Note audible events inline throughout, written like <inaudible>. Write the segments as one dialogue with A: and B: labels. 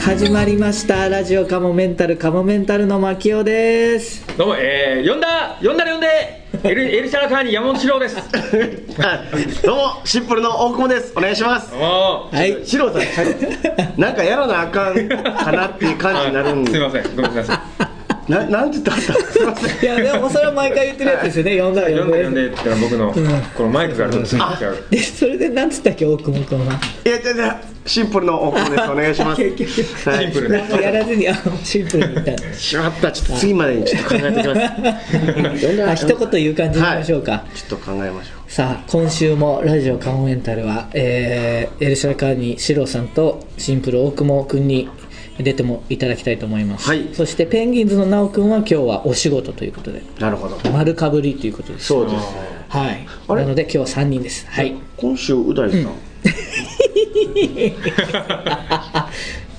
A: 始まりましたラジオカモメンタルカモメンタルの牧雄です
B: どうも、えー、呼んだ呼んだら呼んでエルエルシャラカーニ山本史郎です
C: <laughs> どうもシンプルの大久保ですお願いします
B: どうも
A: はい
C: シロさんなんかやらなあかんかなっていう感じになるん
B: あすい
C: で
B: ませんごめんなさい
C: ななんて言ったんですかすいません
A: いやでもそれは毎回言ってるやつですよね呼んだら
B: 呼
A: 呼
B: ん
A: ん
B: で
A: で
B: 呼んでって言ったら僕のこのマイクがあるとついちゃう
A: でそれで何つったっけ大久保君はい
C: やいやいやシンプルの大久保ですお願いします
A: 結局
C: はい
B: シンプル
A: なんかやらずにあシンプルに言った
C: しまったちょっと次までにちょっと考えておきます呼んだ
A: あ
C: ら
A: 一言言う感じにしましょうか、
C: ちょっと考えましょう
A: さあ今週もラジオカモメンタルは、えーエルシャラカーニシロさんとシンプル大久保君に出てもいただきたいと思います、
C: はい
A: そしてペンギンズの直君は今日はお仕事ということで
C: なるほど
A: 丸かぶりということです
C: そうですね
A: はい
C: あれ
A: なので今日は3人ですはい
C: 今週う大さん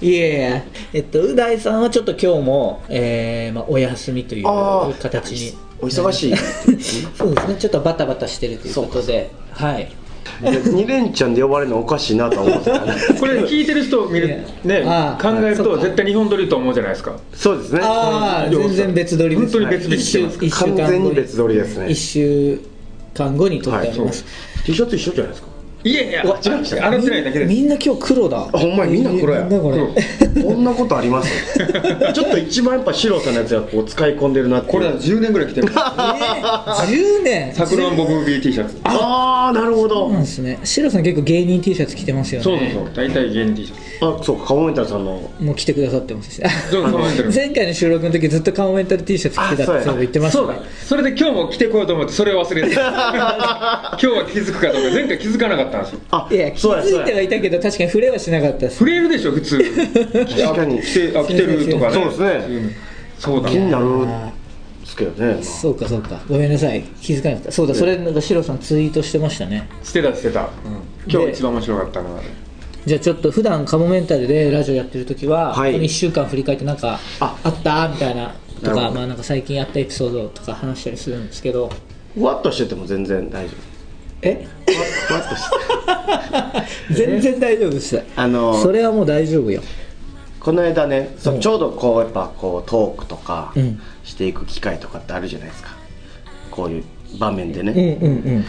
A: いやいやえっとう大さんはちょっと今日も、えーまあ、お休みという
C: あー
A: 形に
C: お忙し <laughs> い
A: そうですねちょっとバタバタしてるということではい
C: 2連チャンで呼ばれるのおかしいなとは思ってたね
B: これ聞いてる人見るね
A: あ
B: 考
A: ー
B: える
A: そ
B: と
A: うか
B: 絶対日本撮りと思うじゃないですか
C: そうですね
A: ああ全然別撮りです
B: 本当に別撮りしてます
A: 一週一週間後
C: 完全に別撮りですね
A: 1週間後に撮ってあります、
C: T シャツ一緒じゃないですか
B: いやいや
C: うわ違いました
B: 洗ってないだけです
A: みんな今日黒だ
C: あほんまやみんな黒や
A: みんなこれ、 <laughs>
B: うん
C: こんなことあります <laughs> ちょっと一番やっぱシロさんのやつがこう使い込んでるなっていう
B: これは10年ぐらい着てます
A: 10年
B: サクランボブービー T シャツ
C: ああなるほど、
A: そうなんですねシロさん結構芸人 T シャツ着てますよね
B: そうそうそう大体芸人 T シャ
C: あそうかカモメンタルさんの
A: もう着てくださってますし
B: ツそうそうそう
A: 前回の収録の時ずっとカモメンタル T シャツ着てたってそう言ってまし
B: そ
A: た
B: う
A: ね
B: だそれで今日も着てこようと思ってそれを忘れてた今日は気づくかと思って前回気づかなかったんですよ
C: あ
A: いや気
C: そうや
A: づい
C: そう
A: ては
C: や
A: いたけど確かに触れはしなかったです
B: 触れるでしょ普通確
C: かに
B: 着てあ着てるとかね
C: そうですね
B: うんそうだ
C: 気になる
A: あ
C: んですけどね、
A: そうかそうかごめんなさい気づかなかったそうだそれなんかシロさんツイートしてましたね
B: してたしてた、今日一番面白かったのは
A: じゃあちょっと普段カモメンタルでラジオやってる時は、
C: はい
A: この1週間振り返ってなんかあ
C: あ
A: ったみたいなと
C: なる
A: か
C: ほど
A: まあなんか最近やったエピソードとか話したりするんですけど
C: ふわっとしてても全然大丈
A: え
C: 夫ふわふわっとして
A: 全然大丈夫です
C: あの
A: それはもう大丈夫よ
C: この間ねそう
A: うん
C: ちょうどこうやっぱこうトークとか
A: うん
C: していく機会とかってあるじゃないですかこういう場面でね、
A: うんうんうん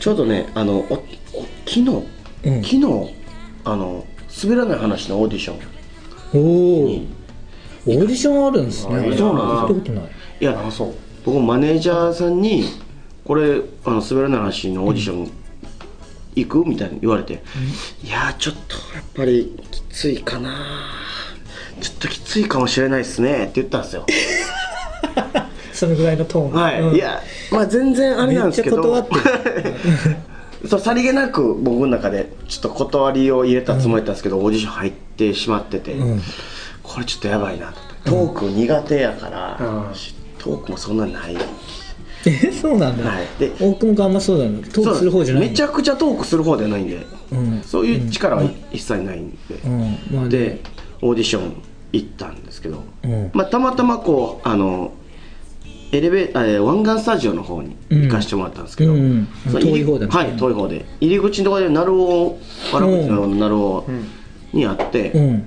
C: ちょうどねあのおお昨日、
A: うん
C: 昨日あの滑らない話のオーディション
A: おお
C: いい
A: オーディションあるんですね
B: あ
C: そうなん
A: 聞いた
C: で
A: ことない
C: いや
B: あそう
C: 僕マネージャーさんに「これあの滑らない話のオーディション行く?」みたいに言われて「いやーちょっとやっぱりきついかなちょっときついかもしれないですね」って言ったんですよ
A: そのぐらいのトーン
C: はい、
A: うん
C: いやまあ全然あれなんですけど
A: めっちゃ断
C: <laughs> そうさりげなく僕の中でちょっと断りを入れたつもりだったんですけど、オーディション入ってしまってて、
A: うん <laughs>
C: これちょっとやばいなと思ってトーク苦手やから、
B: うん
C: トークもそんなない、
A: えそうなんだ、
C: はいで
A: 大久保君あんまそうだねトークする方じゃない
C: めちゃくちゃトークする方じゃないんで、
A: うん
C: そういう力は一切ないんで、
A: うんまあ
C: でオーディション行ったんですけど、
A: うん
C: まあ、たまたまこうあのエレベーターえー湾岸スタジオの方に行かしてもらったんですけど、
A: うんうん
C: その
A: 遠い方だね
C: はい遠い方で入り口のところで鳴尾悪口の鳴尾
B: ん
C: にあって、
A: うん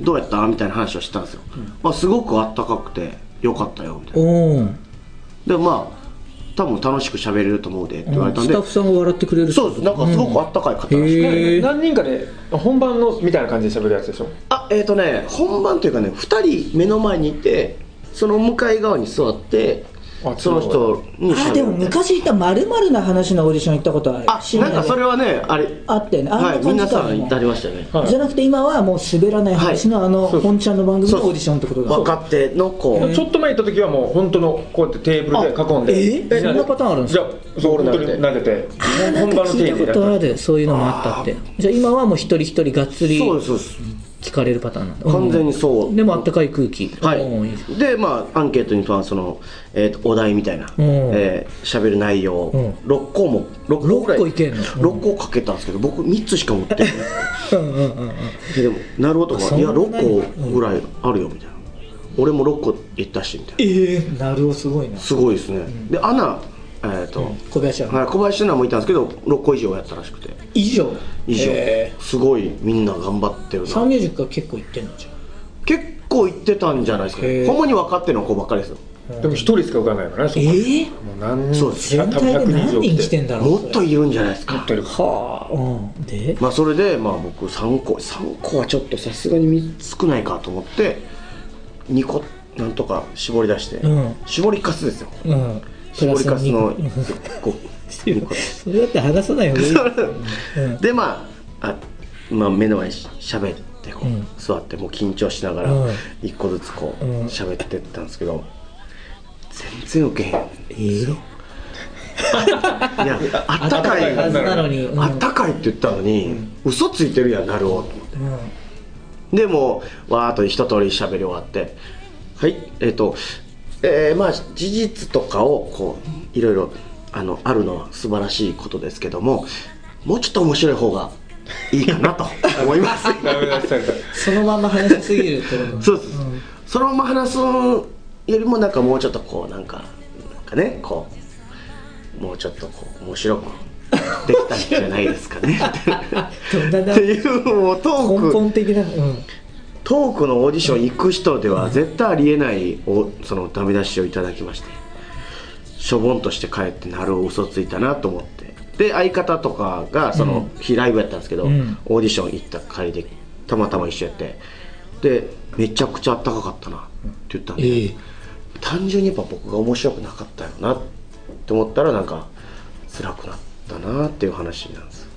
C: どうやったみたいな話をしてたんですよ、まあ、すごくあったかくてよかったよみたいな
A: おー
C: でまあ多分楽しく喋れると思うでって言われたん
A: ス
C: で、
A: タッフさんが笑ってくれる
C: そうですなんかすごくあったかい方らしくて、
A: へー
B: 何人かで本番のみたいな感じで喋るやつでしょ
C: あえっ、とね本番というかね2人目の前にいてその向かい側に座って
B: あ
C: その人に
A: あでも昔いたまるまるな話のオーディション行ったことある
C: あなんかそれ
A: は
C: はねあれ
A: あったよねあんな
C: はい
A: 感じか
C: 皆さ
A: で
C: ん
A: も
C: 言ってありましたよね、
B: はい
A: じゃなくて今はもう滑らない話のあの
B: そう
A: 本ちゃんの番組のオーディションってことだ
C: 若手の子
B: ちょっと前行った時はもう本当のこうやってテーブルで囲んで
A: あええそんなパターンあるんですか
B: じゃあそう本当に投げて
A: なん
B: 本
A: か
B: 番の
A: 聞
B: テ
A: い
B: ーブル
A: た
B: で
A: こと
B: や
A: あ
B: った
A: るそういうのもあったってじゃあ今はもう一人一人がっつり
C: そうですそうです
A: 聞かれるパターンなんだ
C: 完全にそう、
A: うんでもあったかい空気
C: は
A: おー
C: い、でまあアンケートにはその、えーとお題みたいな
A: う
C: 喋、
A: ん
C: えー喋る内容、
A: うん
C: 6項目6個ぐら
A: 六
C: い
A: 個いけんのうん
C: 6個かけたんですけど僕3つしか持ってない
A: <laughs> うんうんうんうん
C: ででもなるほど
A: あそ
C: か
A: ん
C: い
A: な
C: や6個ぐらいあるよみたいな、俺も6個いったしみたいな
A: ええなるほどすごいな
C: すごいですね、でアナえっ、と、
A: 小林は
C: はい、小林奈もいたんですけど6個以上やったらしくて
A: 以上
C: 以上、
A: え
C: すごいみんな頑張ってる
A: ーサン
C: な
A: ミュージックは結構行ってんのじゃん
C: 構行ってたんじゃないですか
B: へ
C: ね
B: ー
C: ほんまに分かっての子ばっかりですよ
B: でも一人しか浮かんないからねそこに
A: ええ
B: もう何
C: そう
B: 人
C: です
B: 多
A: 全
B: 分
A: 体で
B: 100人
A: 何
B: 以上
A: 人
B: 来
A: 来
B: て
A: てんだろう
C: もっといるんじゃないですか
B: とにかく
A: はあうんで
C: まあそれでまあ僕3個3個はちょっとさすがにみ少ないかと思って2個なんとか絞り出して、
A: うん
C: 絞りかすですよ
A: うんプラ
C: 絞り
A: ス
C: かすの
A: に
C: こう二個
A: <laughs> それだって話さない方がいいようん
C: でまああ、まあ、目の前にししゃべってこう、
A: うん
C: 座ってもう緊張しながら
A: うん
C: 一個ずつこう
A: うん
C: 喋、ってったんですけど全然ウケへん
A: えー
C: い
A: <laughs>
C: やあったかい
B: あ
A: は
B: っ
A: ずなのにうん
C: あったかいって言ったのに、嘘ついてるやんなるおと思って
A: うん
C: でもうわーっと一通り喋り終わってはいえっ、とえーまあ事実とかをこういろいろあのあるのは素晴らしいことですけどももうちょっと面白い方がいいかなと思います
B: ダメ出しされた
A: そのまんま話しすぎるってこと
C: そうです、
A: うん
C: そのまま話すよりもなんかもうちょっとこうなんかなんかねこうもうちょっとこう面白くできたんじゃないですかね
A: どんな
C: っ
A: な
C: ていうもうトーク
A: 根本的なうん
C: トークのオーディション行く人では絶対ありえないおそのダメ出しをいただきましてしょぼんとして帰ってなる嘘ついたなと思ってで相方とかがその、日ライブやったんですけど、
A: うん
C: オーディション行った帰りでたまたま一緒やってでめちゃくちゃあったかかったなって言ったんで、
A: ええ
C: 単純にやっぱ僕が面白くなかったよなって思ったらなんか辛くなったなっていう話なんです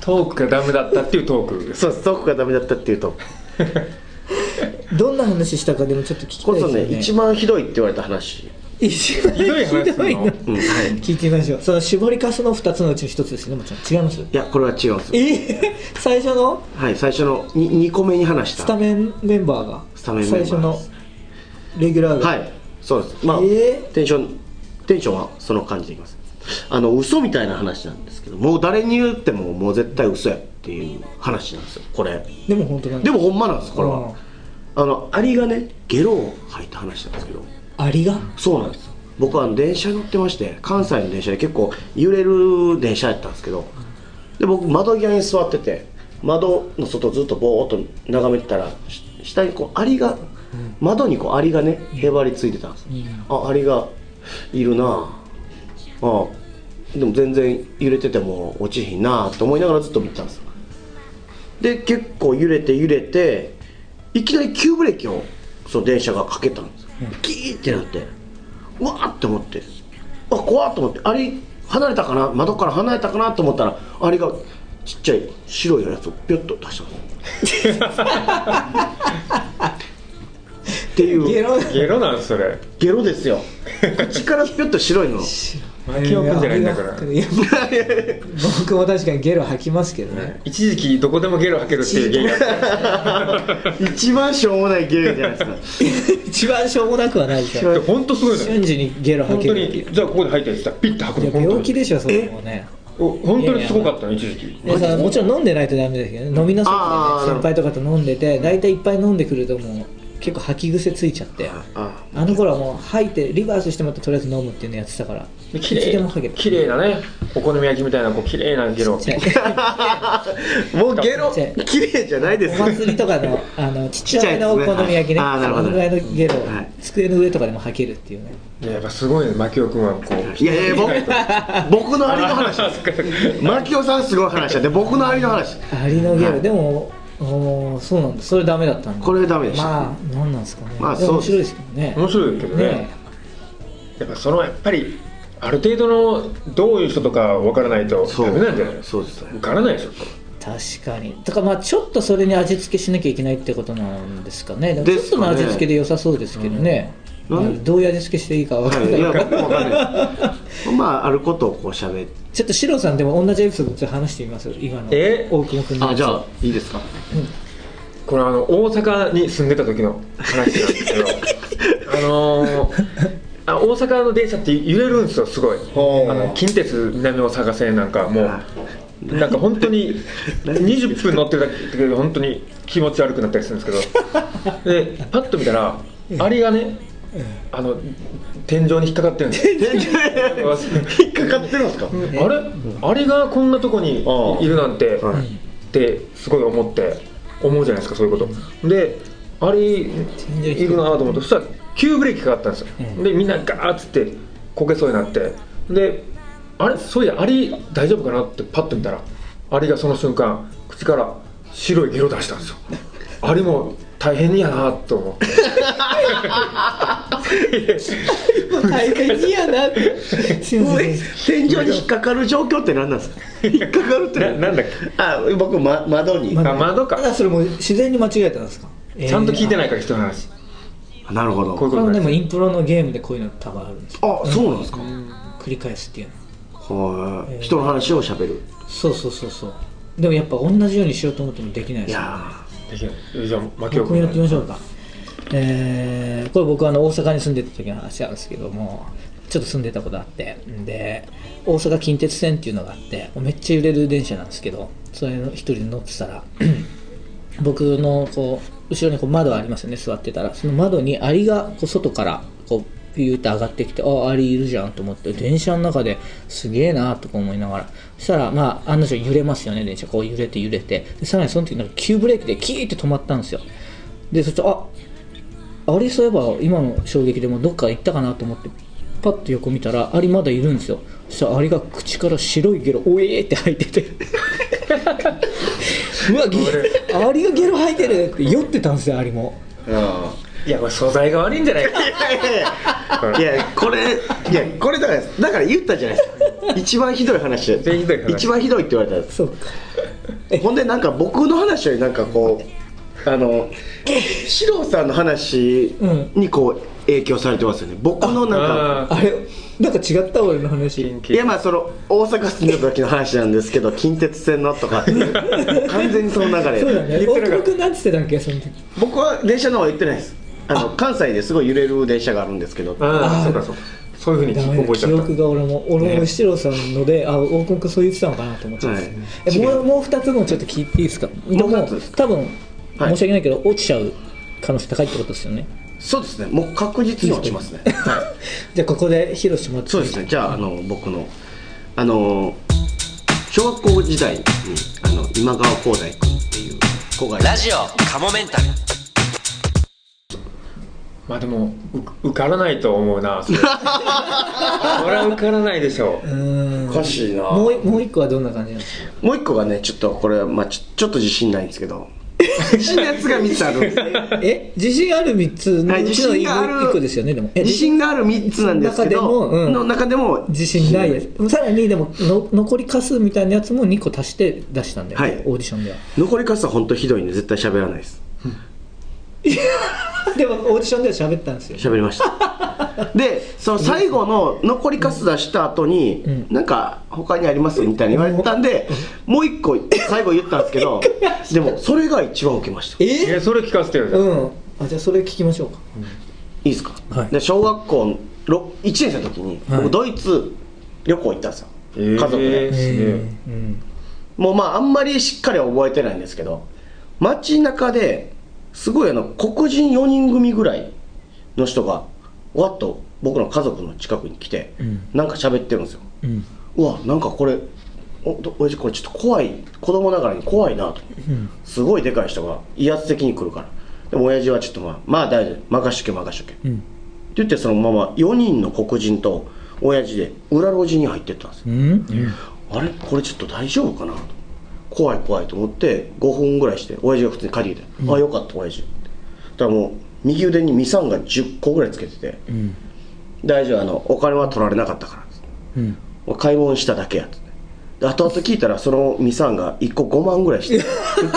B: トークがダメだったっていうトーク
C: そうですトークがダメだったっていうと
A: どんな話したかでもちょっと聞きた
C: こ
A: い
C: れ
A: です
C: そ
A: よ
C: ね
A: ね
C: 一番ひどいって言われた話
A: 一番
B: ひどい話
A: ひ
B: す
A: どいの
B: の
C: うんはい
A: 聞いてみましょうその絞りかすの2つのうちの1つですねもちろん違います
C: いやこれは違うんですよ
A: ええ最初の
C: はい最初のに2個目に話した
A: スタメンメンバーが
C: スタメンメンバーです
A: 最初のレギュラーが
C: はいそうですまあ、
A: えー
C: テンションテンションはその感じでいきますあの嘘みたいな話なんですけどもう誰に言ってももう絶対嘘やっていう話なんですよこれ
A: でも本当なんだ
C: でもほんまなんですこれ
A: うん
C: はあのアリがねゲロを吐いた話なんですけど
A: アリが
C: そうなんですよ僕はあの電車乗ってまして関西の電車で結構揺れる電車やったんですけどで僕窓際に座ってて窓の外ずっとぼーっと眺めてたらし下にこうアリが窓にこうアリがねへばりついてたんですよあアリがいるなああでも全然揺れてても落ちひんなあと思いながらずっと見てたんですよで結構揺れて揺れていきなり急ブレーキをその電車がかけたんですよ、キーってなってうわーって思ってあ怖っと思ってあれ離れたかな窓から離れたかなと思ったらあれがちっちゃい白いやつをピョッと出したん
A: <laughs>
C: ですよっていう
A: ゲロ
B: ゲロなんそれ
C: ゲロですよ口からピョッと白いの
B: 巻き起くんじゃないんだから
A: いや僕も確かにゲロ吐きますけど
B: <laughs>
A: ね
B: 一時期どこでもゲロ吐けるっていうゲームがあっ
C: 一番しょうもないゲロじゃないですか
A: 一番しょうもなくはないですよ
B: て本当すごいのよ
A: 瞬時にゲロ
B: 本
A: 吐け
B: 当
A: るってい
B: に
A: う
B: じゃあここに入ったやつだピッて吐く
A: い
B: の
A: や病気
B: で
A: でしょそれもね
B: 本当にすごかったの一時期
A: でさもちろん飲んでないとダメですけどね飲みの席でね
C: あー
A: 先輩とかと飲んでて大体いっぱい飲んでくるともう結構吐き癖ついちゃって
C: あ
A: あの頃はもう吐いてリバースしてもらってとりあえず飲むっていうのやってたからいつ
B: 綺麗
A: でも吐けた
B: 綺麗なねお好み焼きみたいなこう綺麗なゲロ
A: ちっちゃい
C: もうゲロ
A: ちっちゃ
C: 綺麗じゃないです
A: お祭りとかのあのちっちゃめのお
C: <laughs> ちっちゃいやつね
A: 好み焼きね
C: あーなるほど
A: そのぐらいのゲロを
C: はい
A: 机の上とかでも吐けるっていうね
B: いややっぱすごいね牧く君はこう
C: いやいや僕僕のアリの話
B: あそっかそっか
C: マキオさんすごい話だで僕のアリの話
A: アリのゲ
C: は
A: ロ
C: い
A: でもおーそうなんだそれダメだったんだ
C: これダメでした
A: まあなんなんですかね
C: まあ
A: でも面
C: そう
A: 白い
C: で
A: ですけどね
B: 面白いけどね
A: ね
B: やっぱそのやっぱりある程度のどういう人とかわからないと
C: そ
B: ダ
C: う
B: メなんじゃない
C: そうですね
B: わからないでしょ
A: 確かにだからまあちょっとそれに味付けしなきゃいけないってことなんですかねでもち
C: で
A: ょっ
C: す
A: と
C: かね
A: の味付けで良さそうですけどね、
C: うん
A: まあどういう味付けしていいか分かん
C: は
A: ない
C: いいや
A: から
C: 僕もわかんないまああることをこう喋って
A: ちょっとシロさんでも同じエピソードちょっと話してみます今の
B: え
A: 大久保君の
C: あじゃあいいですか
B: これあの大阪に住んでた時の話なんですけ
C: <laughs>
B: どあのーあ大阪の電車って揺れるんですよすごい
C: ほう
B: あの近鉄南大阪線なんかもう
C: あ
B: なんか本当に20分乗ってるだけで本当に気持ち悪くなったりするんですけ
C: <laughs>
B: どでパッと見たらアリがねあの天井に引っかかってるんですよ
C: 引っかかってるんですか
B: あれアリがこんなとこにいるなんて
C: は
B: ってすごい思って思うじゃないですかそういうことであれいるなと思ってそしたら急ブレーキかかったんですよ、でみんなガーッつってこけそうになってであれそういやアリ大丈夫かなってパッと見たらアリがその瞬間口から白いゲロ出したんですよあれも大変やなと思って
A: 大変嫌なって親切に
C: 天井に引っかかる状況って何なんですか引っかかるって
B: ななんだっ
C: あ僕、ま、窓に、
B: あ窓
A: た
B: か
A: だそれも自然に間違えたんですか
B: ちゃんと聞いて
A: い
B: ないから人の話
C: なるほど
B: こういう
A: これ
B: こと
A: もで
B: なん
A: も
B: です
A: インプロのゲームでこういうの多分あるんですよ
C: あそうなんですか、
A: 繰り返すっていうの
C: はい人の話をしゃべる
A: そうそうそうそうでもやっぱ同じようにしようと思ってもできないで
C: い
A: すよ
C: や
B: できないじゃあ槙尾
A: 僕も
B: 君
A: やってみましょうか、えーこれ僕はあの大阪に住んでた時の話なんですけどもちょっと住んでたことあってんで大阪近鉄線っていうのがあってめっちゃ揺れる電車なんですけどそれの一人で乗ってたら僕のこう後ろにこう窓ありますよね座ってたらその窓にアリがこう外からこうピューって上がってきてあアリいるじゃんと思って電車の中ですげえなとか思いながらそしたらまあ案の定揺れますよね電車こう揺れて揺れてでさらにその時なんか急ブレーキでキーって止まったんですよでそしたらああれそういえば今の衝撃でもどっか行ったかなと思ってパッと横見たらアリまだいるんですよそしたらアリが口から白いゲロおえーって吐いて <laughs> てうわゲアリがゲロ吐いてるって酔ってたんですよアリも
C: ーあ
B: いやこれ素材が悪いんじゃないか
C: ーいやこれいやこれだからだから言ったじゃないですか一番ひどい話だ
B: 一番
C: よ
B: ひどい話
C: 一番ひどいって言われたんです
A: そうか
C: ほんでなんか僕の話よりなんかこうあの四郎さんの話にこう影響されてますよね僕のなん
B: あ
C: か
A: あれなんか違った俺の話
C: いやまあその大阪住んでた時の話なんですけど近鉄線のとかっていう完全にその流れ
A: そうだね
B: 言っ
A: 大
B: て
A: 久
B: なかった
A: 保君なんつってたっけその時
C: 僕は電車の方は行ってないですあの関西ですごい揺れる電車があるんですけど
B: あ
A: あ
B: あ
A: ー
B: そうかそうかそういうふうに
A: ダメだ
B: 覚えち
A: 記
B: ゃった
A: 憶が俺も俺も七郎さんので、あ大久保君そう言ってたのかなと思っちゃって、えもうもう2つもちょっと聞いていいですかでも
C: もう二つです
A: 多分
C: はい
A: 申し訳ないけど落ちちゃう可能性高いってことですよね
C: そうですねもう確実に落ちます
B: <laughs>
C: ねはい
A: じゃあここで披露してもらってい
C: そ
A: いう
C: ですねじゃああの僕のあの小学校時代にあの今川光大君っていう子がいて
D: ラジオカモメンタル
B: まあでもう受からないと思うなそれそれは受からないでしょう
A: うーん
C: おかしいな
A: もうもう一個はどんな感じなんですか
C: もう一個がねちょっとこれは、まあ、ちょちょっと自信ないんですけど自信のやつが3つあるんですね
A: え自信ある3つの
C: はいう自
A: ちの
C: 信
A: 一
C: がある
A: 個ですよねでもえ
C: <laughs> 自信がある3つなんですけ
A: 中
C: ど
A: でもうん
C: の中でも
A: 自信ないですさらにでもの残り数みたいなやつも2個足して出したんだよ、
C: はい
A: オーディションでは
C: 残りかすは本当ひどいんで絶対喋らないです
A: <laughs> でもオーディションでは喋ったんですよ
C: 喋りました
A: <laughs>
C: でその最後の残りカス出した後に、
A: ん
C: なんか他にありますみたいに言われたんで、もう一個最後言ったんです
A: <laughs>
C: けどでもそれが一番受けましたい
B: いやそれ聞かせてよじゃあ
A: うんあじゃあそれ聞きましょうか
C: いですか、
A: はい
C: で小学校1年生の時に、
A: はい
C: 僕ドイツ旅行行ったんですよ、
B: えー
C: 家族で、
B: すげえ
A: うん
C: もうまああんまりしっかりは覚えてないんですけど街中ですごいあの黒人4人組ぐらいの人がわっと僕の家族の近くに来て、
A: うん
C: なんか喋ってるんですよ
A: うん
C: うわなんかこれおど親父これちょっと怖い子供ながらに怖いなと
A: うん
C: すごいでかい人が威圧的に来るからでも親父はちょっとまあまあ大丈夫任しとけ任しとけって
A: うん
C: 言ってそのまま4人の黒人と親父で裏路地に入ってったんですよ
A: うん
C: あれこれちょっと大丈夫かなと怖い怖いと思って5分ぐらいして親父が普通に借りてて、あよかった親父ってだからもう右腕にミサンが10個ぐらいつけてて、
A: ん
C: 大丈夫あのお金は取られなかったからって
A: うん
C: もう買い物しただけやっつってで後々聞いたらそのミサンが1個5万ぐらいして結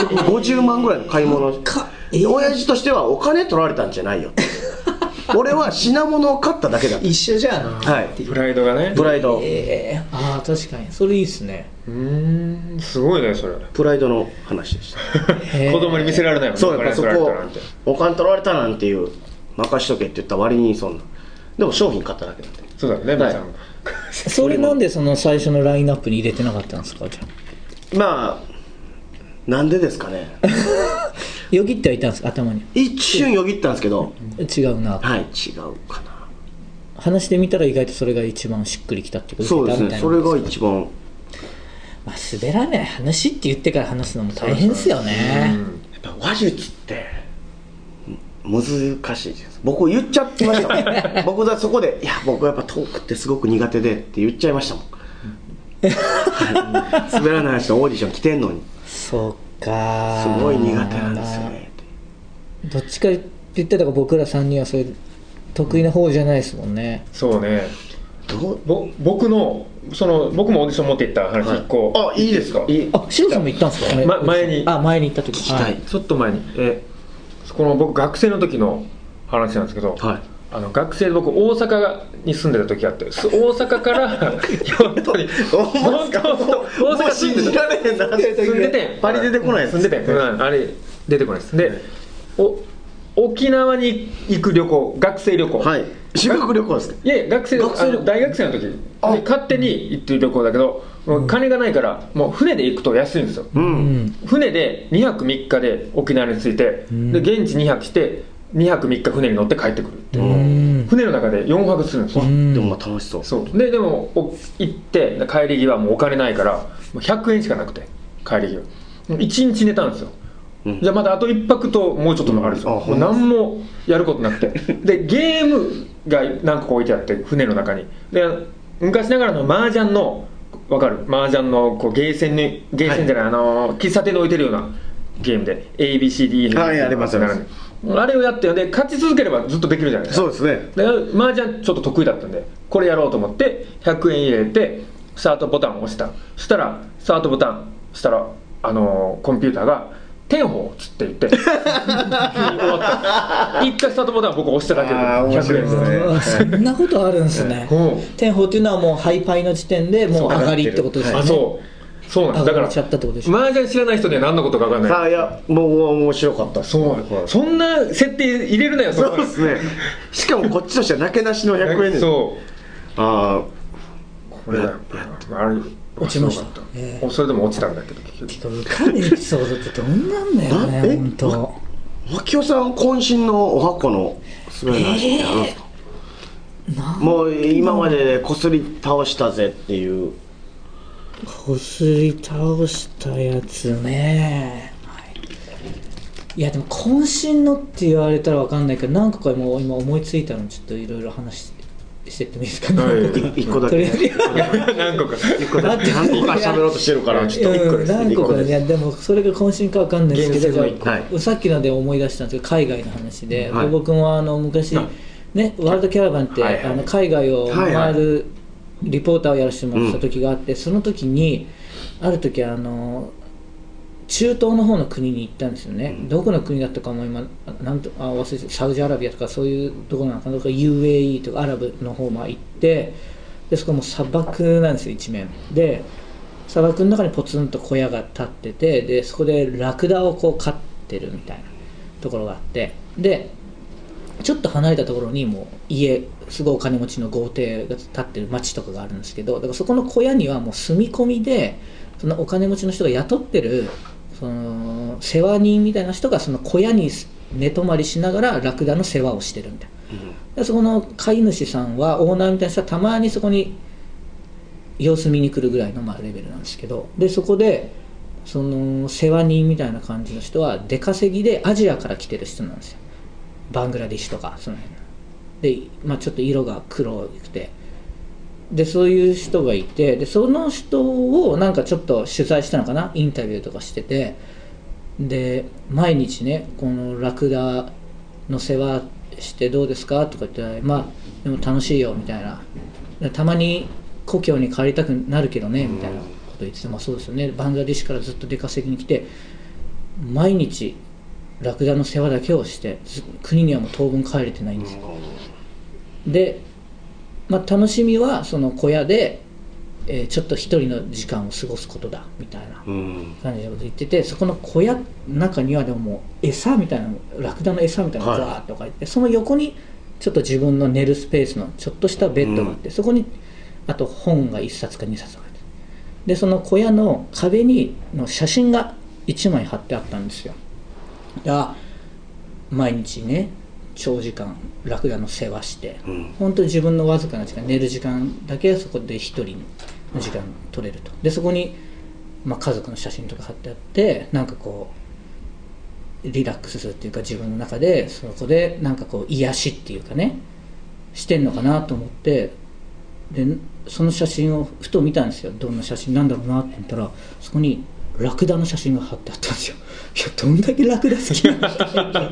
C: 局50万ぐらいの買い物を
A: か
C: で親父としてはお金取られたんじゃないよって俺は品物を買っただけだっ
A: 一緒じゃん
C: たはい
B: プライドがね
C: プライド
A: ええああ確かにそれいいっすね
B: うーんすごいねそれ
C: プライドの話でした
B: 子供に見せられないもんね
C: そうやっ
B: お
C: ぱそ
B: 金取られ
C: こ
B: たなんて
C: お金取られたなんていう任しとけって言った割にそんなでも商品買っただけだって
B: そうだね
C: は
B: 皆
C: い
B: さん
A: それなんでその最初のラインナップに入れてなかったんですかじゃあ
C: まあなんでですかね
A: よぎってはいたんですか頭に
C: 一瞬よぎったんですけど
A: 違うな
C: はい違うかな
A: 話してみたら意外とそれが一番しっくりきたってこと
C: そうです
A: みた
C: ね
A: いな
C: それが一番
A: まあ、滑らない話って言ってから話すのも大変ですよね
B: うん
C: やっぱ話術って難しいです僕言っちゃってましたもん僕はそこで「いや僕はやっぱトークってすごく苦手で」って言っちゃいましたもんはい滑らない話のオーディション来てんのに
A: そうか
C: すごい苦手なんですよねって
A: どっちかって言ってたら僕ら3人はそういう得意な方じゃないですもんね
B: そうね
C: どう
B: ぼ僕のその僕もオーディション持って行った話
C: はい
B: 1個、
C: あいいですか
B: いい
A: あシロさんも行ったんですか
B: ま前に
A: あ前に行った時
C: 聞きたい
A: は
B: ちょっと前にえこの僕学生の時の話なんですけど、
C: はい
B: あの学生で僕大阪に住んでた時があってす大阪から <laughs> 本当に本当大阪住んでた
C: れへんな
B: 住んでて
C: パリ出てこないです
B: 住んでてうんあれ出てこないですで、お沖縄に行く旅行学生旅行
C: はい修学旅行ですか
B: いやいや学生
C: 学
B: あ
C: 生旅
B: の
C: 行
B: 大学生の時で勝手に行ってる旅行だけど、もう金がないからもう船で行くと安いんですよ、
C: う
A: いうんん
B: 船で2泊3日で沖縄に着いて、
A: ん
B: で現地2泊して2泊3日船に乗って帰ってくるっていうう、
A: ん
B: 船の中で4泊するんですよ、
A: うん
C: でもまあ楽しそう
B: そうででもお行ってで帰り際もうお金ないからもう100円しかなくて帰り際1日寝たんですよ、
C: うん
B: じゃあまだあと1泊ともうちょっとのあるんですよ、
C: うんあ
B: もう何もやることなくてでゲームが何個か置いてあって船の中にで昔ながらの麻雀のわかる麻雀のこうゲーセンにゲーセンじゃない、あの喫茶店で置いてるようなゲームで ABCDE
C: はいありますあり
B: あれをやってで勝ち続ければずっとできるじゃないですか
C: そうですね
B: で麻雀ちょっと得意だったんでこれやろうと思って100円入れてスタートボタンを押したそしたらスタートボタンそしたらあのーコンピューターが「天保」つって言って <laughs> 終わった一回スタートボタン僕押しただけで
C: あー面白いですね
B: 100円
A: あそんなことあるんですね
B: うん
A: 天保っていうのはもうハイパイの時点でもう上がりってことですよ
B: あ
A: ね
B: そうそうなんです
A: 上
B: だか
A: が
B: ら
A: っちゃったってことでしょ
B: 麻雀知らない人には何のことか分かん
C: さ
B: ない
C: あいやもう面白かった
B: そうなんです、そんな設定入れるなよ
C: そうですねしかもこっちとしてはなけなしの100円です
B: そう
C: あ
B: これだよあれ
A: 落ちました
B: 面白かった
A: ええ
B: おそれでも落ちたんだけど結局 <laughs>
A: 受かるエピソードってどんなんだよ
C: な
A: ね
C: え
A: 本当
C: あ槙尾さん渾身のお箱の滑らない話ってあるんですか、もう今まででこすり倒したぜっていう
A: こすり倒したやつね、い、やでも渾身のって言われたらわかんないけど何個かもう今思いついたのちょっといろいろ話してしてってもいいですかね、
B: はい
C: 一個だ
A: <laughs> と
C: け
A: りあえず
B: 何個か
C: 一個だけ何個か喋ろうとしてるからちょっと一個
A: う
C: で
A: ん
C: す
A: 何
C: 一
A: 個
C: 個
A: か
C: で
A: ねい
C: す
A: やでもそれが渾身かわかんないですけど
B: 厳選の一個
A: じゃあ
C: は
A: さっきので思い出したんですけど海外の話で、
C: はい
A: 僕もあの昔ねワールドキャラバンって、
B: はいはい
A: あの海外を
C: はいは
A: 回
C: い
A: るリポーターをやらせてもらった時があって、その時にある時あの中東の方の国に行ったんですよね、どこの国だったかも今あなんとあ忘れてサウジアラビアとかそういうところなのかなとか UAE とかアラブの方まで行ってでそこも砂漠なんですよ一面で砂漠の中にポツンと小屋が建っててでそこでラクダをこう飼ってるみたいなところがあってでちょっと離れたところにもう家すごいお金持ちの豪邸が建ってる町とかがあるんですけどだからそこの小屋にはもう住み込みでそのお金持ちの人が雇ってるその世話人みたいな人がその小屋に寝泊まりしながらラクダの世話をしてるみたいな。でそこの飼い主さんはオーナーみたいな人はたまにそこに様子見に来るぐらいのまあレベルなんですけどでそこでその世話人みたいな感じの人は出稼ぎでアジアから来てる人なんですよバングラディッシュとかその辺ので、まあ、ちょっと色が黒くてでそういう人がいてでその人をなんかちょっと取材したのかなインタビューとかしててで毎日ねこのラクダの世話してどうですかとか言ってまあでも楽しいよみたいなでたまに故郷に帰りたくなるけどねみたいなこと言ってて、まあ、そうですよねバングラディッシュからずっと出稼ぎに来て毎日ラクダの世話だけをしてず国にはもう当分帰れてないんですよで、まあ、楽しみはその小屋で、えーちょっと一人の時間を過ごすことだみたいな
C: うん
A: 感じのこと言っててそこの小屋の中にはでももう餌みたいなのラクダの餌みたいなの
C: はい
A: がーっとかいて、その横にちょっと自分の寝るスペースのちょっとしたベッドがあって、そこにあと本が1冊か2冊かあってでその小屋の壁にの写真が1枚貼ってあったんですよであ毎日ね長時間ラクダの世話して、
C: うん
A: 本当に自分のわずかな時間寝る時間だけそこで一人の時間取れるとでそこに、まあ、家族の写真とか貼ってあってなんかこうリラックスするっていうか自分の中でそこでなんかこう癒しっていうかねしてんのかなと思ってでその写真をふと見たんですよどんな写真なんだろうなって見たらそこにラクダの写真が貼ってあったんですよいやどんだけラクダ好きなんだっ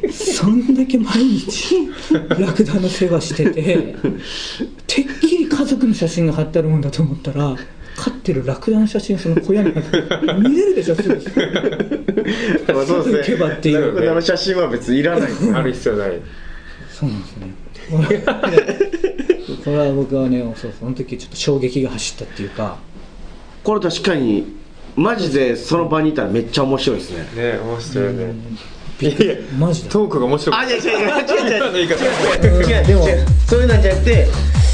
A: てそんだけ毎日ラクダの世話してててっきり家族の写真が貼ってあるもんだと思ったら飼ってるラクダの写真その小屋に貼って見れるでしょすぐ
C: まあそう
A: 行
C: ですね
A: けばっていう
C: ラクダの写真は別にいらないです
B: ある必要ない
A: そうなんですねこれは僕はね <laughs> そうその時ちょっと衝撃が走ったっていうか
C: これ確かにマジでその場にいたらめっちゃ面白いですね
B: ね面白いね
A: びっくりマジで
B: トークが面白
C: あ
B: い
C: 違う違う違う
B: の言い方
C: 違う違う
A: でも
C: 違うそういうのじゃなくて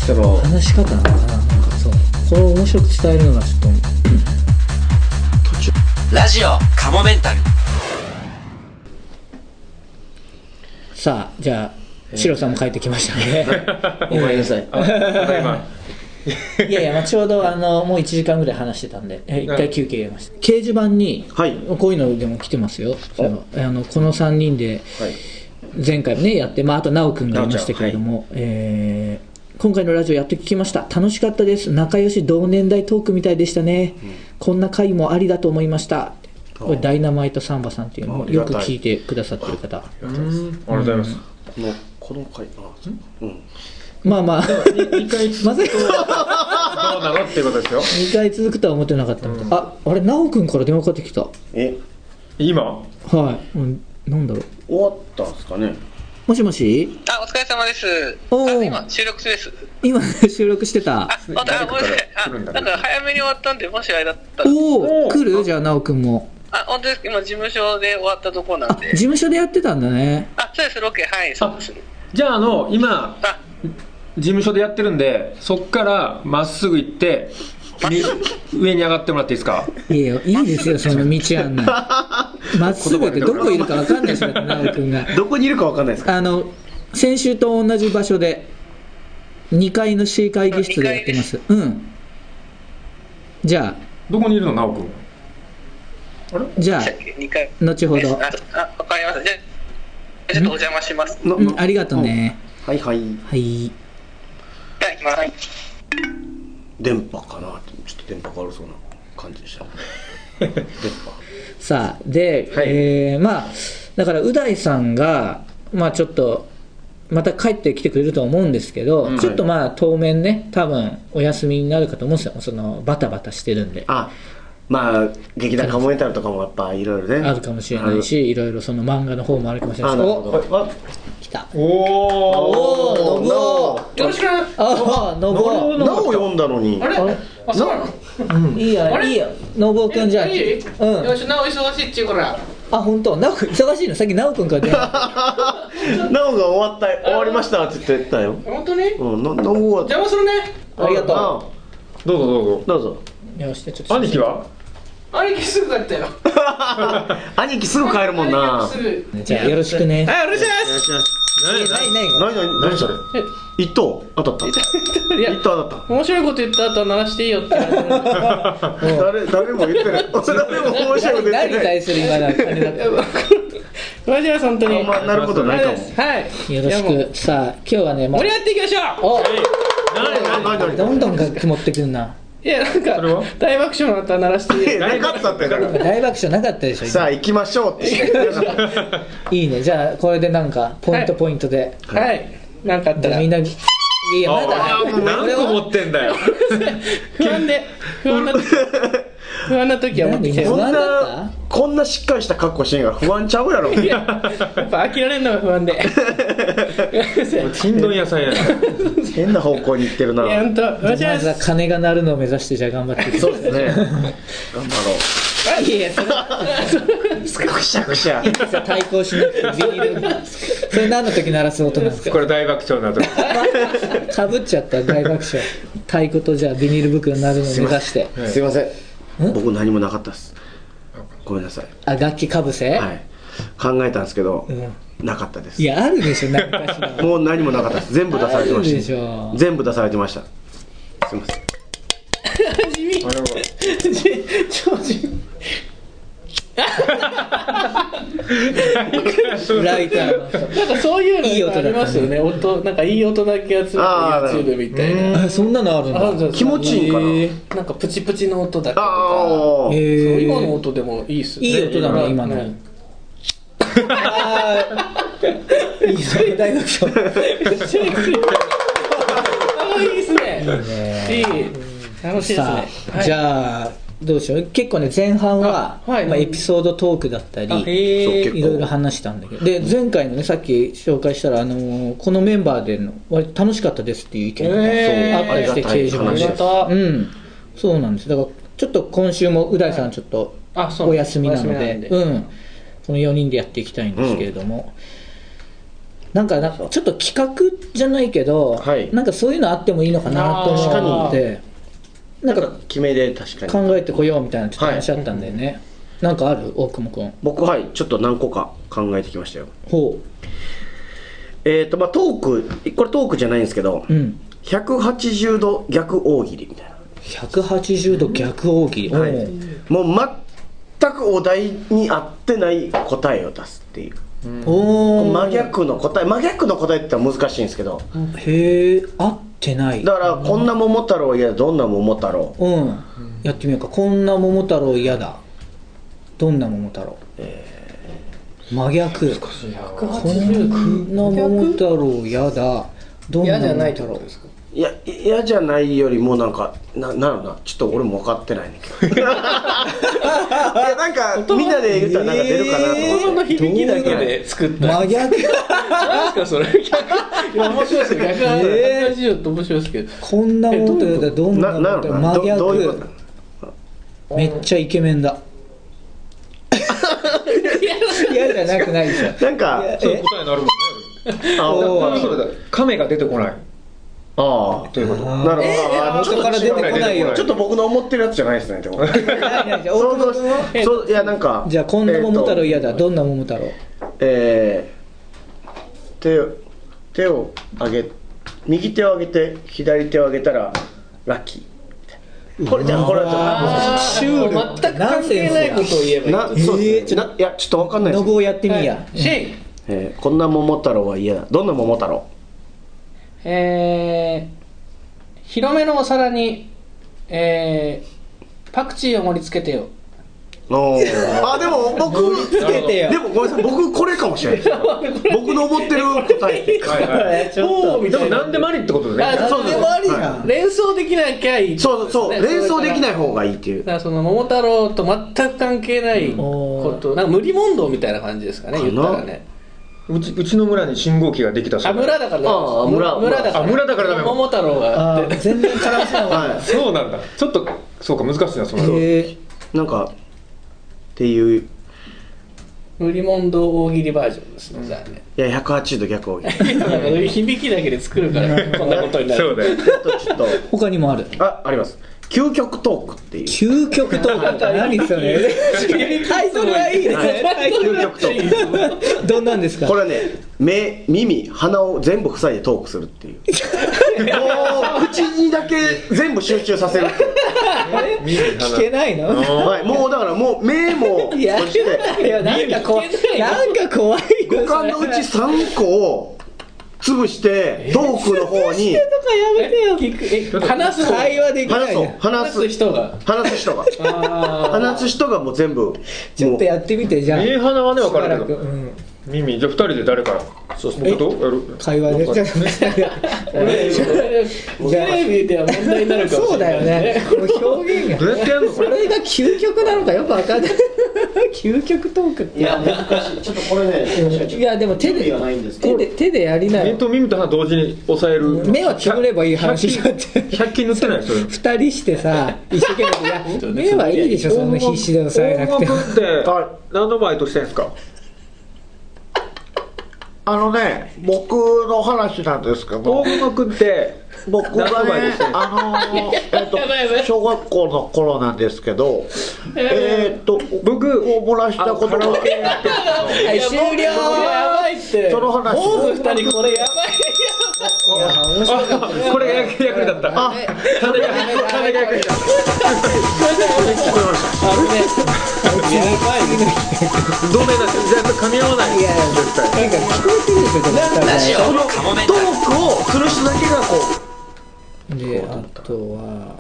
C: その
A: 話し方なのかななんかそうこれを面白く伝えるのがちょっと
D: ラジオカモメンタル
A: さあじゃあシロさんも帰ってきましたね
D: <laughs>
C: ごめんなさい
B: あただ今
A: いやいや、まあ、ちょうどあのもう1時間ぐらい話してたんでえ一回休憩入れました掲示板に、
C: はい
A: こういうのでも来てますよそのあのこの3人で
C: はい
A: 前回もねやって、まあ、あと奈くんがいましたけれども、えー今回のラジオやって聞きました楽しかったです仲良し同年代トークみたいでしたね、こんな回もありだと思いましたこれダイナマイトサンバさんっていうのを
C: ありが
A: よ
C: た
A: く
C: い
A: 聞いてくださってる方
B: うんありがとうございます
C: このこの回あそううん
A: まあまあ
B: 一回
A: <laughs>
B: 続
A: まさか
B: くとどうなのっていうことですよ
A: 2回続くとは思ってなかったみたい、ああれ奈くんから電話かかってきた
C: え
B: 今
A: はい、うん、なんだろう
C: 終わったんですかね
A: もしもし
E: あ、お疲れ様です。
A: おー
E: あ今、収録中です。
A: 今収録してた
E: あ、また、あ、ごめんなさい。あ、
B: 来るんだ
E: なんか早めに終わったんで、もしあれだったら。
A: お
B: お
A: お
B: ー
A: 来るじゃあ奈くんも
E: あ、本当です今、事務所で終わったとこな
A: あ
E: ん
A: 事
E: で。
A: 務所でやってたんだね
E: あ、そうです、ロケ、はい、そうです。
B: じゃああの今
E: あ、
B: 事務所でやってるんでそっからまっすぐ行ってみ上に上がってもらっていいですか
A: いやいいですよその道案内まっすぐってどこいるかわかんないですよ奈くんが
C: どこにいるかわかんないですか
A: あの先週と同じ場所で2階の市会議室でやってますうんじゃ
B: どこにいるの直君
A: あじゃ
E: で
A: あ
E: したっけ二回。
A: 後ほど
E: あ、あわかりました。じゃあ、ちょっとお邪魔します。
C: の
A: うんありがとうね
C: はいはい
A: はい
E: いただきます。
C: 電波かなってちょっと電波が悪そうな感じでしたね <laughs> 電波
A: さあで、
B: はい
A: えーまあだからう大さんがまあちょっとまた帰ってきてくれると思うんですけど、
B: うん
A: ちょっとまあ当面ね多分お休みになるかと思うんですよそのバタバタしてるんであ
C: あまあ劇団カモメンタルとかもやっぱいろいろね
A: るかもしれないしいろいろその漫画の方もあるかもしれ
C: あ
A: ないし
C: あなるほ
A: お
C: ど
A: 来た
B: おお
A: おお信
B: よろしく
A: ああ信
B: 信
A: 夫
B: 夫
C: なお読んだのに
A: あれ
F: あ、そうなの
A: いいよ
F: あれ
A: いいよ信夫君じゃあ
F: いい
A: うん
F: よし、なお忙しいっちゅうから。
A: あ本当なお忙しいのさっきなお君から電話
C: なおが終わった終わりましたって言ってたよ
F: 本当に
C: うんななお終わった
F: 邪魔するね。
A: ありがと
B: どうぞどうぞ
C: うどうぞ
A: うよしてちょっと
B: 兄貴は
F: 兄貴すぐ帰ったよ。
C: <laughs> 兄貴すぐ帰るもんな
F: 兄貴すぐ。
A: じゃあよろしくね
F: はい、お願いし
A: えないない
C: 何何何それ一等当たった
F: ます。いや
C: 一等、当たった
F: 面白いこと言った後は鳴らしていいよって言われてるんで
C: 誰誰も言ってない <laughs> 誰も面白いこ
A: 何
C: と言って
A: に
C: ない
A: 対する今のあれだった
F: すよ。マジで本当に。
C: あんまなることないかも
F: はい。
A: よろし
F: いやもう
A: くさあ今日はねもう
F: 盛り上がっていきましょう
A: お
C: 何何何
A: どんどんが曇ってくるない
F: や、なん
B: それは
F: か、大爆笑の後は鳴らしていいよ。
C: なかったってだから
A: 大爆笑なかったでしょ
C: さ
A: 今
C: あ行きましょうって言ってなかった
A: いいねじゃあこれでなんかポイント
F: はい
A: ポイントで、
F: はい。なんかあった
A: で
F: ら。
A: みんな
F: 不
A: いやまだ
B: あ何個持ってん <laughs> だよ
F: 安で、不安な時、不安な時は持ってきて
A: 何
C: こん
F: よ。
A: 不安だ
C: な
A: っ
C: こんなしっかりした格好してんから不安ちゃうやろ
F: やっぱ飽きられるのが
C: <laughs>
F: 不安で。
B: ちんどん屋さんやな
C: 変な方向に行ってるない
F: や、本当、マジ
A: ま
F: で
A: ずは
F: す。
A: 鐘が鳴るのを目指してじゃあ頑張っていきましょう
C: ね頑張
A: いやいやそれ
C: ろうぐしゃぐしゃ
A: さ対抗しなくてビニールそれ何の時鳴らす音なんです
B: こ
A: か
B: れ大爆笑なと
A: かぶっちゃった大爆笑太鼓とじゃあビニール袋になるのを目指して
C: すいません僕何もなかったですごめんなさい
A: あ楽器かぶせ、
C: はい考えたんですけど
A: うん
C: なかったです
A: いやあるでしょ何かしら
C: もう何もなかったです全部出されてま
A: あるでし
C: し
A: ょ
C: た <laughs> 全部出されてましたすいません
F: 地味。
B: あれは
F: 超地味。
A: ライターの人
F: <laughs> なんかそういう
A: いい
F: の
A: 音だった
F: あ
A: ね
F: りますよね音なんかいい音だけ集めて
C: あー
F: YouTube みたいな
A: あそんなのあるん
F: あるんです
A: だ
F: よ
C: 気持ちいいんか
A: へ
C: な
A: ー
F: なんかプチプチの音だけとか
C: ああ、
A: へー
F: そう今の音でもいいっすね
A: いい音だね今の
F: ね
A: あーいいね大学生
F: ああいいっすねいい楽しいですね
A: さあ、
F: はい
A: じゃあどうしよう結構ね前半は
F: あはい
A: まあ、エピソードトークだったり、
F: あへー
C: そう結構
A: いろいろ話したんだけどで前回のねさっき紹介したら、あのーこのメンバーでの割と楽しかったですっていう意見が、
F: へー
A: そうあったりして
C: あり
A: 掲
C: が
A: 示
C: た
A: 板で
C: い話です
F: ありがた
A: うん、そうなんですだからちょっと今週もう大さんちょっと
F: あそう
A: お休みなの
F: お休みな
A: で
F: んで
A: うん、この4人でやっていきたいんですけれども、なんかなちょっと企画じゃないけど、
C: はい
A: なんかそういうのあってもいいのかなと思ってなんか
C: 決めで確かに
A: 考えてこようみたいなちょっと話あったんだよね、なんかある大久保君
C: 僕はいちょっと何個か考えてきましたよ
A: ほ
C: えっ、とまあトークこれトークじゃないんですけど、
A: ううん
C: 180度逆大喜利みたいな
A: 180度逆大喜利、
C: はい
A: おう
C: もう全くお題に合ってない答えを出すっていう
A: おー
C: 真逆の答え真逆の答えって言ったら難しいんですけど
A: へえ合ってない
C: だからこんな桃太郎いやどんな桃太郎
A: うんやってみようかこんな桃太郎嫌だどんな桃太郎、真逆こんな桃太郎嫌だどんな
F: 嫌じゃ
A: 桃
F: ないって
A: 太
F: こ
A: 郎
F: とですか
C: いや嫌じゃないよりもなんかななるなちょっと俺も分かってないねん
A: <laughs>
C: けどいやなんかみんなで言ったらなんか出るかなと
F: 心
C: 思
F: の
C: って、
F: 響きだけで作った
A: 真逆
F: 何ですかそれ逆いや面白いですよ逆
A: えー
F: 話しようと面白いですけど
A: こんな桃太郎だどんな
C: なな
A: 桃
C: る
A: 太郎
C: な
A: 真
C: ど
A: 逆
C: どういうこと
A: めっちゃイケメンだ嫌じゃなくないでしょ
C: なんか
B: そういう答えになるもんね
C: あ
A: お
B: そう
A: ー
B: いうことだ亀が出てこない
C: ああ
B: ということ
A: あー
C: なるほど、あー
A: 元から出てこないよ
C: ちょっと僕の思ってるやつじゃないですね
A: <laughs>
C: でも
A: ないないない
C: 想像しそういやなんか
A: じゃあこんな桃太郎嫌だどんな桃太郎
C: えー手を手を上げ右手を上げて左手を上げたらラッキーこれじゃあこれじゃ
F: あ
A: シュール
F: もう全く関係ないことを言えばいい
C: なそう
A: えー
C: ですねないやちょっとわかんないで
A: ノ
C: す
A: ブをやってみ
F: は
A: や
F: いシェイ
C: えーこんな桃太郎は嫌だどんな桃太郎
F: えー、広めのお皿に、えー、パクチーを盛り付けてよ
C: おーあでも僕
A: つけてよ
C: でもごめんなさい僕これかもしれないです僕の思ってる答えって
B: はいはい
A: えちょっと
B: でも何でもありってことだね
F: あ
C: そう
A: でもありやん
F: 連想できなきゃい
C: <laughs>
F: い
C: そうそうそう連想できない方がいいっていう
F: だからその桃太郎と全く関係ないことなんか無理問答みたいな感じですかね
C: かな
F: 言ったらね
B: うちうちの村に信号機ができたそ
F: あ
B: うだ
F: 村だからダメです
C: ああ村
F: 村だから
B: あ村だからダメ
F: 桃太郎が
A: あー全然絡ませなかっ
C: は
B: そうなんだちょっとそうか難しいなそ
A: た
B: の
A: へえ
C: いなんかっていう
F: 無理問答大喜利バージョンですねじゃあね
C: いや180度逆を言う
F: なんか響きだけで作るからこんなことにな
B: そう
F: る
B: だよ
C: あとちょっと
A: 他にもある
C: ああります究極トークってい
A: 究
C: う
A: 極トークって何それタイトルはいいねタイトル
C: 究極トーク
A: どんなんですか
C: これはね目耳鼻を全部塞いでトークするっていうもう口にだけ全部集中させるっていう
A: 聞けないの
C: はい、もうだからもう目もそ
A: いや
C: して
A: いやなんか怖いなんか怖いよ
C: 五感のうち3個を潰してトークの方に
A: とかやめてよ
F: 聞くえ話す方
A: 会話できな
C: 話
A: い
C: そう
A: の
C: 話
F: 話す
C: す
F: 人が
C: 話す人が話す人がもう全部
A: ちょっと
C: も
A: やってみてじゃあ
B: 目鼻はね分
A: し
B: か
A: ばら
B: る
A: く
B: けど
A: うん
B: 耳じゃあ二人で誰からそうですね僕とやる
A: 会話で
B: 僕
A: じ
B: か
A: ゃ
B: ら
A: あ
F: テレビでは問題になるかもし
A: そう
F: れな
A: だ
F: い
A: よねもう表現が
B: どうやってやるのこ
A: そ
B: れ
A: れが究極なのかよくわかんない <laughs> 究極トークって
C: うい難しいちょっとこれね
A: いやでも手で
C: 意味はないんですけ
A: 手
C: ど
A: で手でやりな
B: 目
A: よ
B: と耳と鼻同時に押さえる
A: 目はつぶればいい話だって
B: 100均塗ってないそれ
A: 二人してさ一生懸命いや <laughs>
F: そうね
A: 目はいいでしょそんな必死で抑えなくて
B: 音楽って何のバイトしてんすか
G: あのね、僕の話なんですけど、
B: 音楽って
G: 僕がね、あのー、え <laughs> っと
F: やばいやばい、
G: 小学校の頃なんですけど、えーっと、
B: 僕
G: を漏らしたこと
B: カラオ
G: が、
B: ケやって
F: はい終了やばいって
G: その話
F: 坊主二人これやばい
A: や面白かったです
B: これが役役に立ったあ完全に完全に役に立っ
A: あのね
B: た同盟なんですよじゃあ噛み合わない
A: いやいや
B: 絶
A: な
B: 対
A: んか聞こえてるでしょでも
D: ラジオ
C: その
D: カモメン
C: ト
D: タル
C: ークをする人だけがこう
A: であとは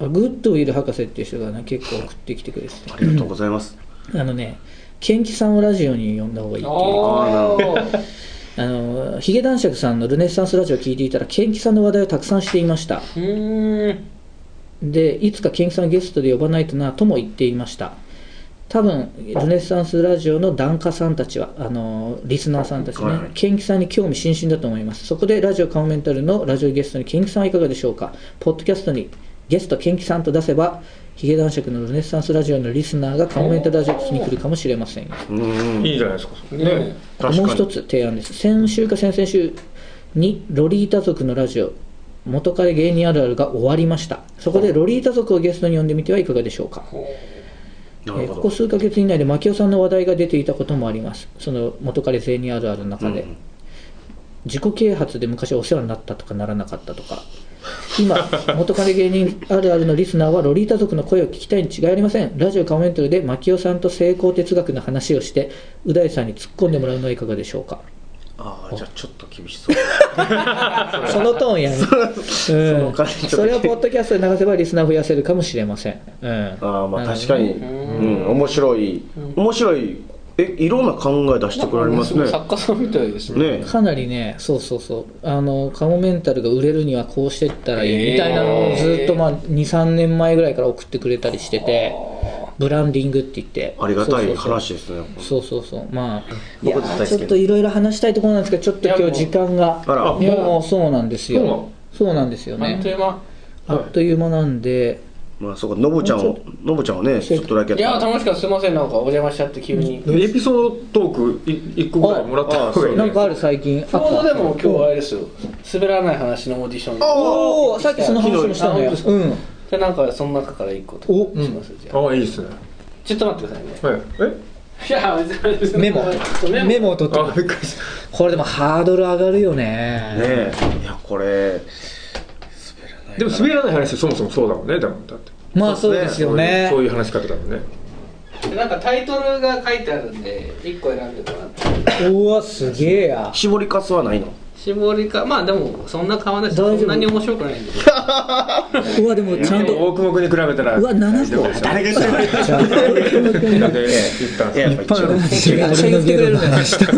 A: あグッドウィル博士っていう人がね結構送ってきてくれてて
C: ありがとうございます
A: あのねケンキさんをラジオに呼んだ方がいいっていう
F: おー
A: あのヒゲ男爵さんのルネッサンスラジオを聞いていたらケンキさんの話題をたくさんしていました
F: うーん
A: でいつかケンキさんをゲストで呼ばないとなとも言っていました多分ルネッサンスラジオの檀家さんたちはあのリスナーさんたちね、ケンキさんに興味津々だと思いますそこでラジオカモメンタルのラジオゲストにケンキさんはいかがでしょうかポッドキャストにゲストケンキさんと出せばヒゲ男爵のルネッサンスラジオのリスナーがカモメンタルラジオックスに来るかもしれませんよ
B: いいじゃないですかね
F: ね
A: もう一つ提案です先週か先々週にロリータ族のラジオ元彼芸人あるあるが終わりましたそこでロリータ族をゲストに呼んでみてはいかがでしょうか
C: な
A: えー
C: る
A: こ
C: ほ
A: こ
C: ど
A: 数ヶ月以内で牧雄さんの話題が出ていたこともありますその元彼芸人あるあるの中で、自己啓発で昔お世話になったとかならなかったとか今 <laughs> 元彼芸人あるあるのリスナーはロリータ族の声を聞きたいに違いありませんラジオカメントルで牧雄さんと成功哲学の話をしてう大さんに突っ込んでもらうのはいかがでしょうか
C: ああじゃあちょっと厳しそう
A: そのトーンやめうん
C: 感じ
A: それをポッドキャストで流せばリスナー増やせるかもしれません、うん、
C: ああまあ
A: なる
C: 確
A: ほどね
C: かに、うん、面白い、面白いえいろんな考え出してくれますね
F: 作家さんみたいですね
C: ね
A: かなりねそうそうそうあのカモメンタルが売れるにはこうしてったらいいみたいなのをずっと、まあ、23年前ぐらいから送ってくれたりしててブランディングって言って
C: ありがたい
A: そう
C: 話ですね
A: そうそうそうそうまあいや
C: 僕
A: ー
C: 絶対好き
A: ちょっといろいろ話したいところなんですけどちょっと
F: いや
A: 今
F: もう
A: 日時間が
C: あら
A: もうそうなんです
B: そうな
A: よ
B: の
A: そうなんですよ
F: あっとい
A: ね
F: う間
A: あっという間なんで
C: まあそうかノブちゃんをノブちゃんをねちょっとだけ
F: いや
C: あ
F: 楽しかったすいませんなんかお邪魔しちゃって急にち
B: エピソードトークい一個ぐらいもらった方がいい
A: なん
B: ね
A: かある最近あ
F: ょうどでも今日あ
A: は
F: れですよ滑らない話のオーディション
A: おおさっきその話もしたのよ
F: あ本当
A: うん
F: じゃあなんかその中から一個と
A: お
F: しますじゃあ
B: ああいいですね
F: ちょっと待ってくださいね
B: はいえ
F: いや別に
A: メモメモを取って
B: あびっくりした
A: これでもハードル上がるよね
C: ねえいやこれ
B: でも滑らない話そもそもそうだもんねだもんだって
A: まあそうですよね
B: そういう話し方だもんね
F: なんかタイトルが書いてあるんで一個選んでもらって
A: うわすげえや
C: 絞りかすはないの
F: 絞りかまあでもそんな変わらないし
A: 大丈
F: そ
A: 夫
F: んなに面白くないんで
A: うわでもちゃんと
B: 大久保君に比べたら
A: うわ7個
B: 誰が
A: ちゃんと
B: 言ったんですか
C: いややっぱ一応
A: めっちゃ言ってくれるね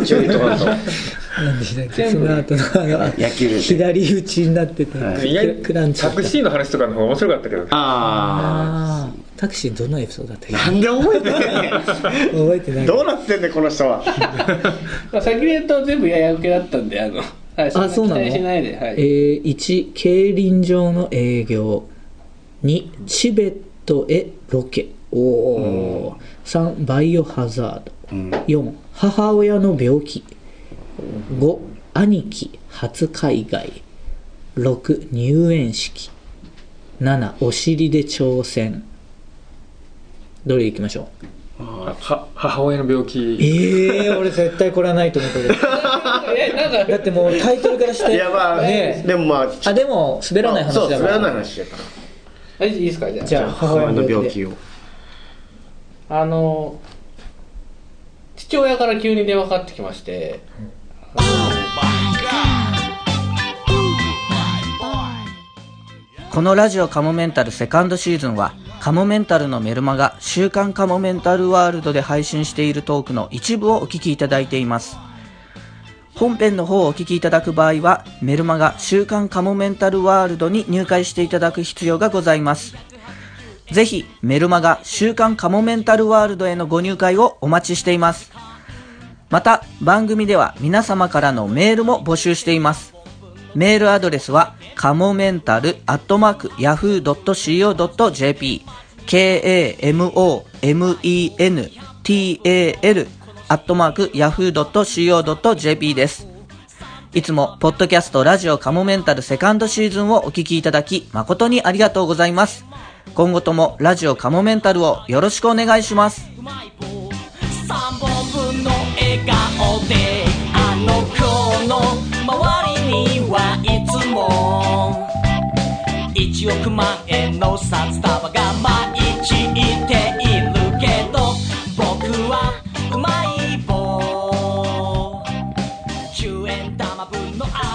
C: 一応言っとかんと
A: 何でしたっけその後のあの
C: 野球ですね
A: 左打ちになってた
C: はい
B: 意外
A: クラン
B: と
A: チだ
B: タ
A: った
B: クシーの話とかの方が面白かったけど
C: あ
A: あータクシーどんなエピソードだったっ
C: あなんで覚えてんね
A: け覚えてない
C: んどうなってんねんこの人は
F: まあ先に言うと全部やや受けだったんであの、はい、
A: あそうなの
F: 期待しないで、は
A: え
F: い、
A: ー1競輪場の営業2チベットへロケおお3バイオハザード4母親の病気5兄貴初海外6入園式7お尻で挑戦どれいきましょう
B: は母親の病気
A: ええ <laughs> 俺絶対これはないと思うけど
F: えなん
A: だってもうタイトルからして
C: いやまあ
A: ねえ
C: でもまあ
A: あでも滑らない話だ
C: そう
A: から
C: 滑らない話やから
F: かいいですかじゃあ
A: じゃあ母
C: 母
A: 親
C: 親
A: の
C: の
A: 病
C: 病
A: 気で
C: 気を
F: あの父親から急に電話かかってきまして
H: このラジオカモメンタルセカンドシーズンはカモメンタルのメルマガ週刊カモメンタルワールドで配信しているトークの一部をお聞きいただいています本編の方をお聞きいただく場合はメルマガ週刊カモメンタルワールドに入会していただく必要がございますぜひメルマガ週刊カモメンタルワールドへのご入会をお待ちしていますまた番組では皆様からのメールも募集していますメールアドレスは、かもめんたる、アットマーク、ヤフー .co.jp、k-a-m-o-m-e-n-t-a-l、アットマーク、ヤフー .co.jp です。いつも、ポッドキャストラジオカモメンタルセカンドシーズンをお聞きいただき、誠にありがとうございます。今後とも、ラジオカモメンタルをよろしくお願いします。
I: 3本分の笑顔であの子の周りにの札束が舞い散っているけど僕はうまい棒10円玉分のあ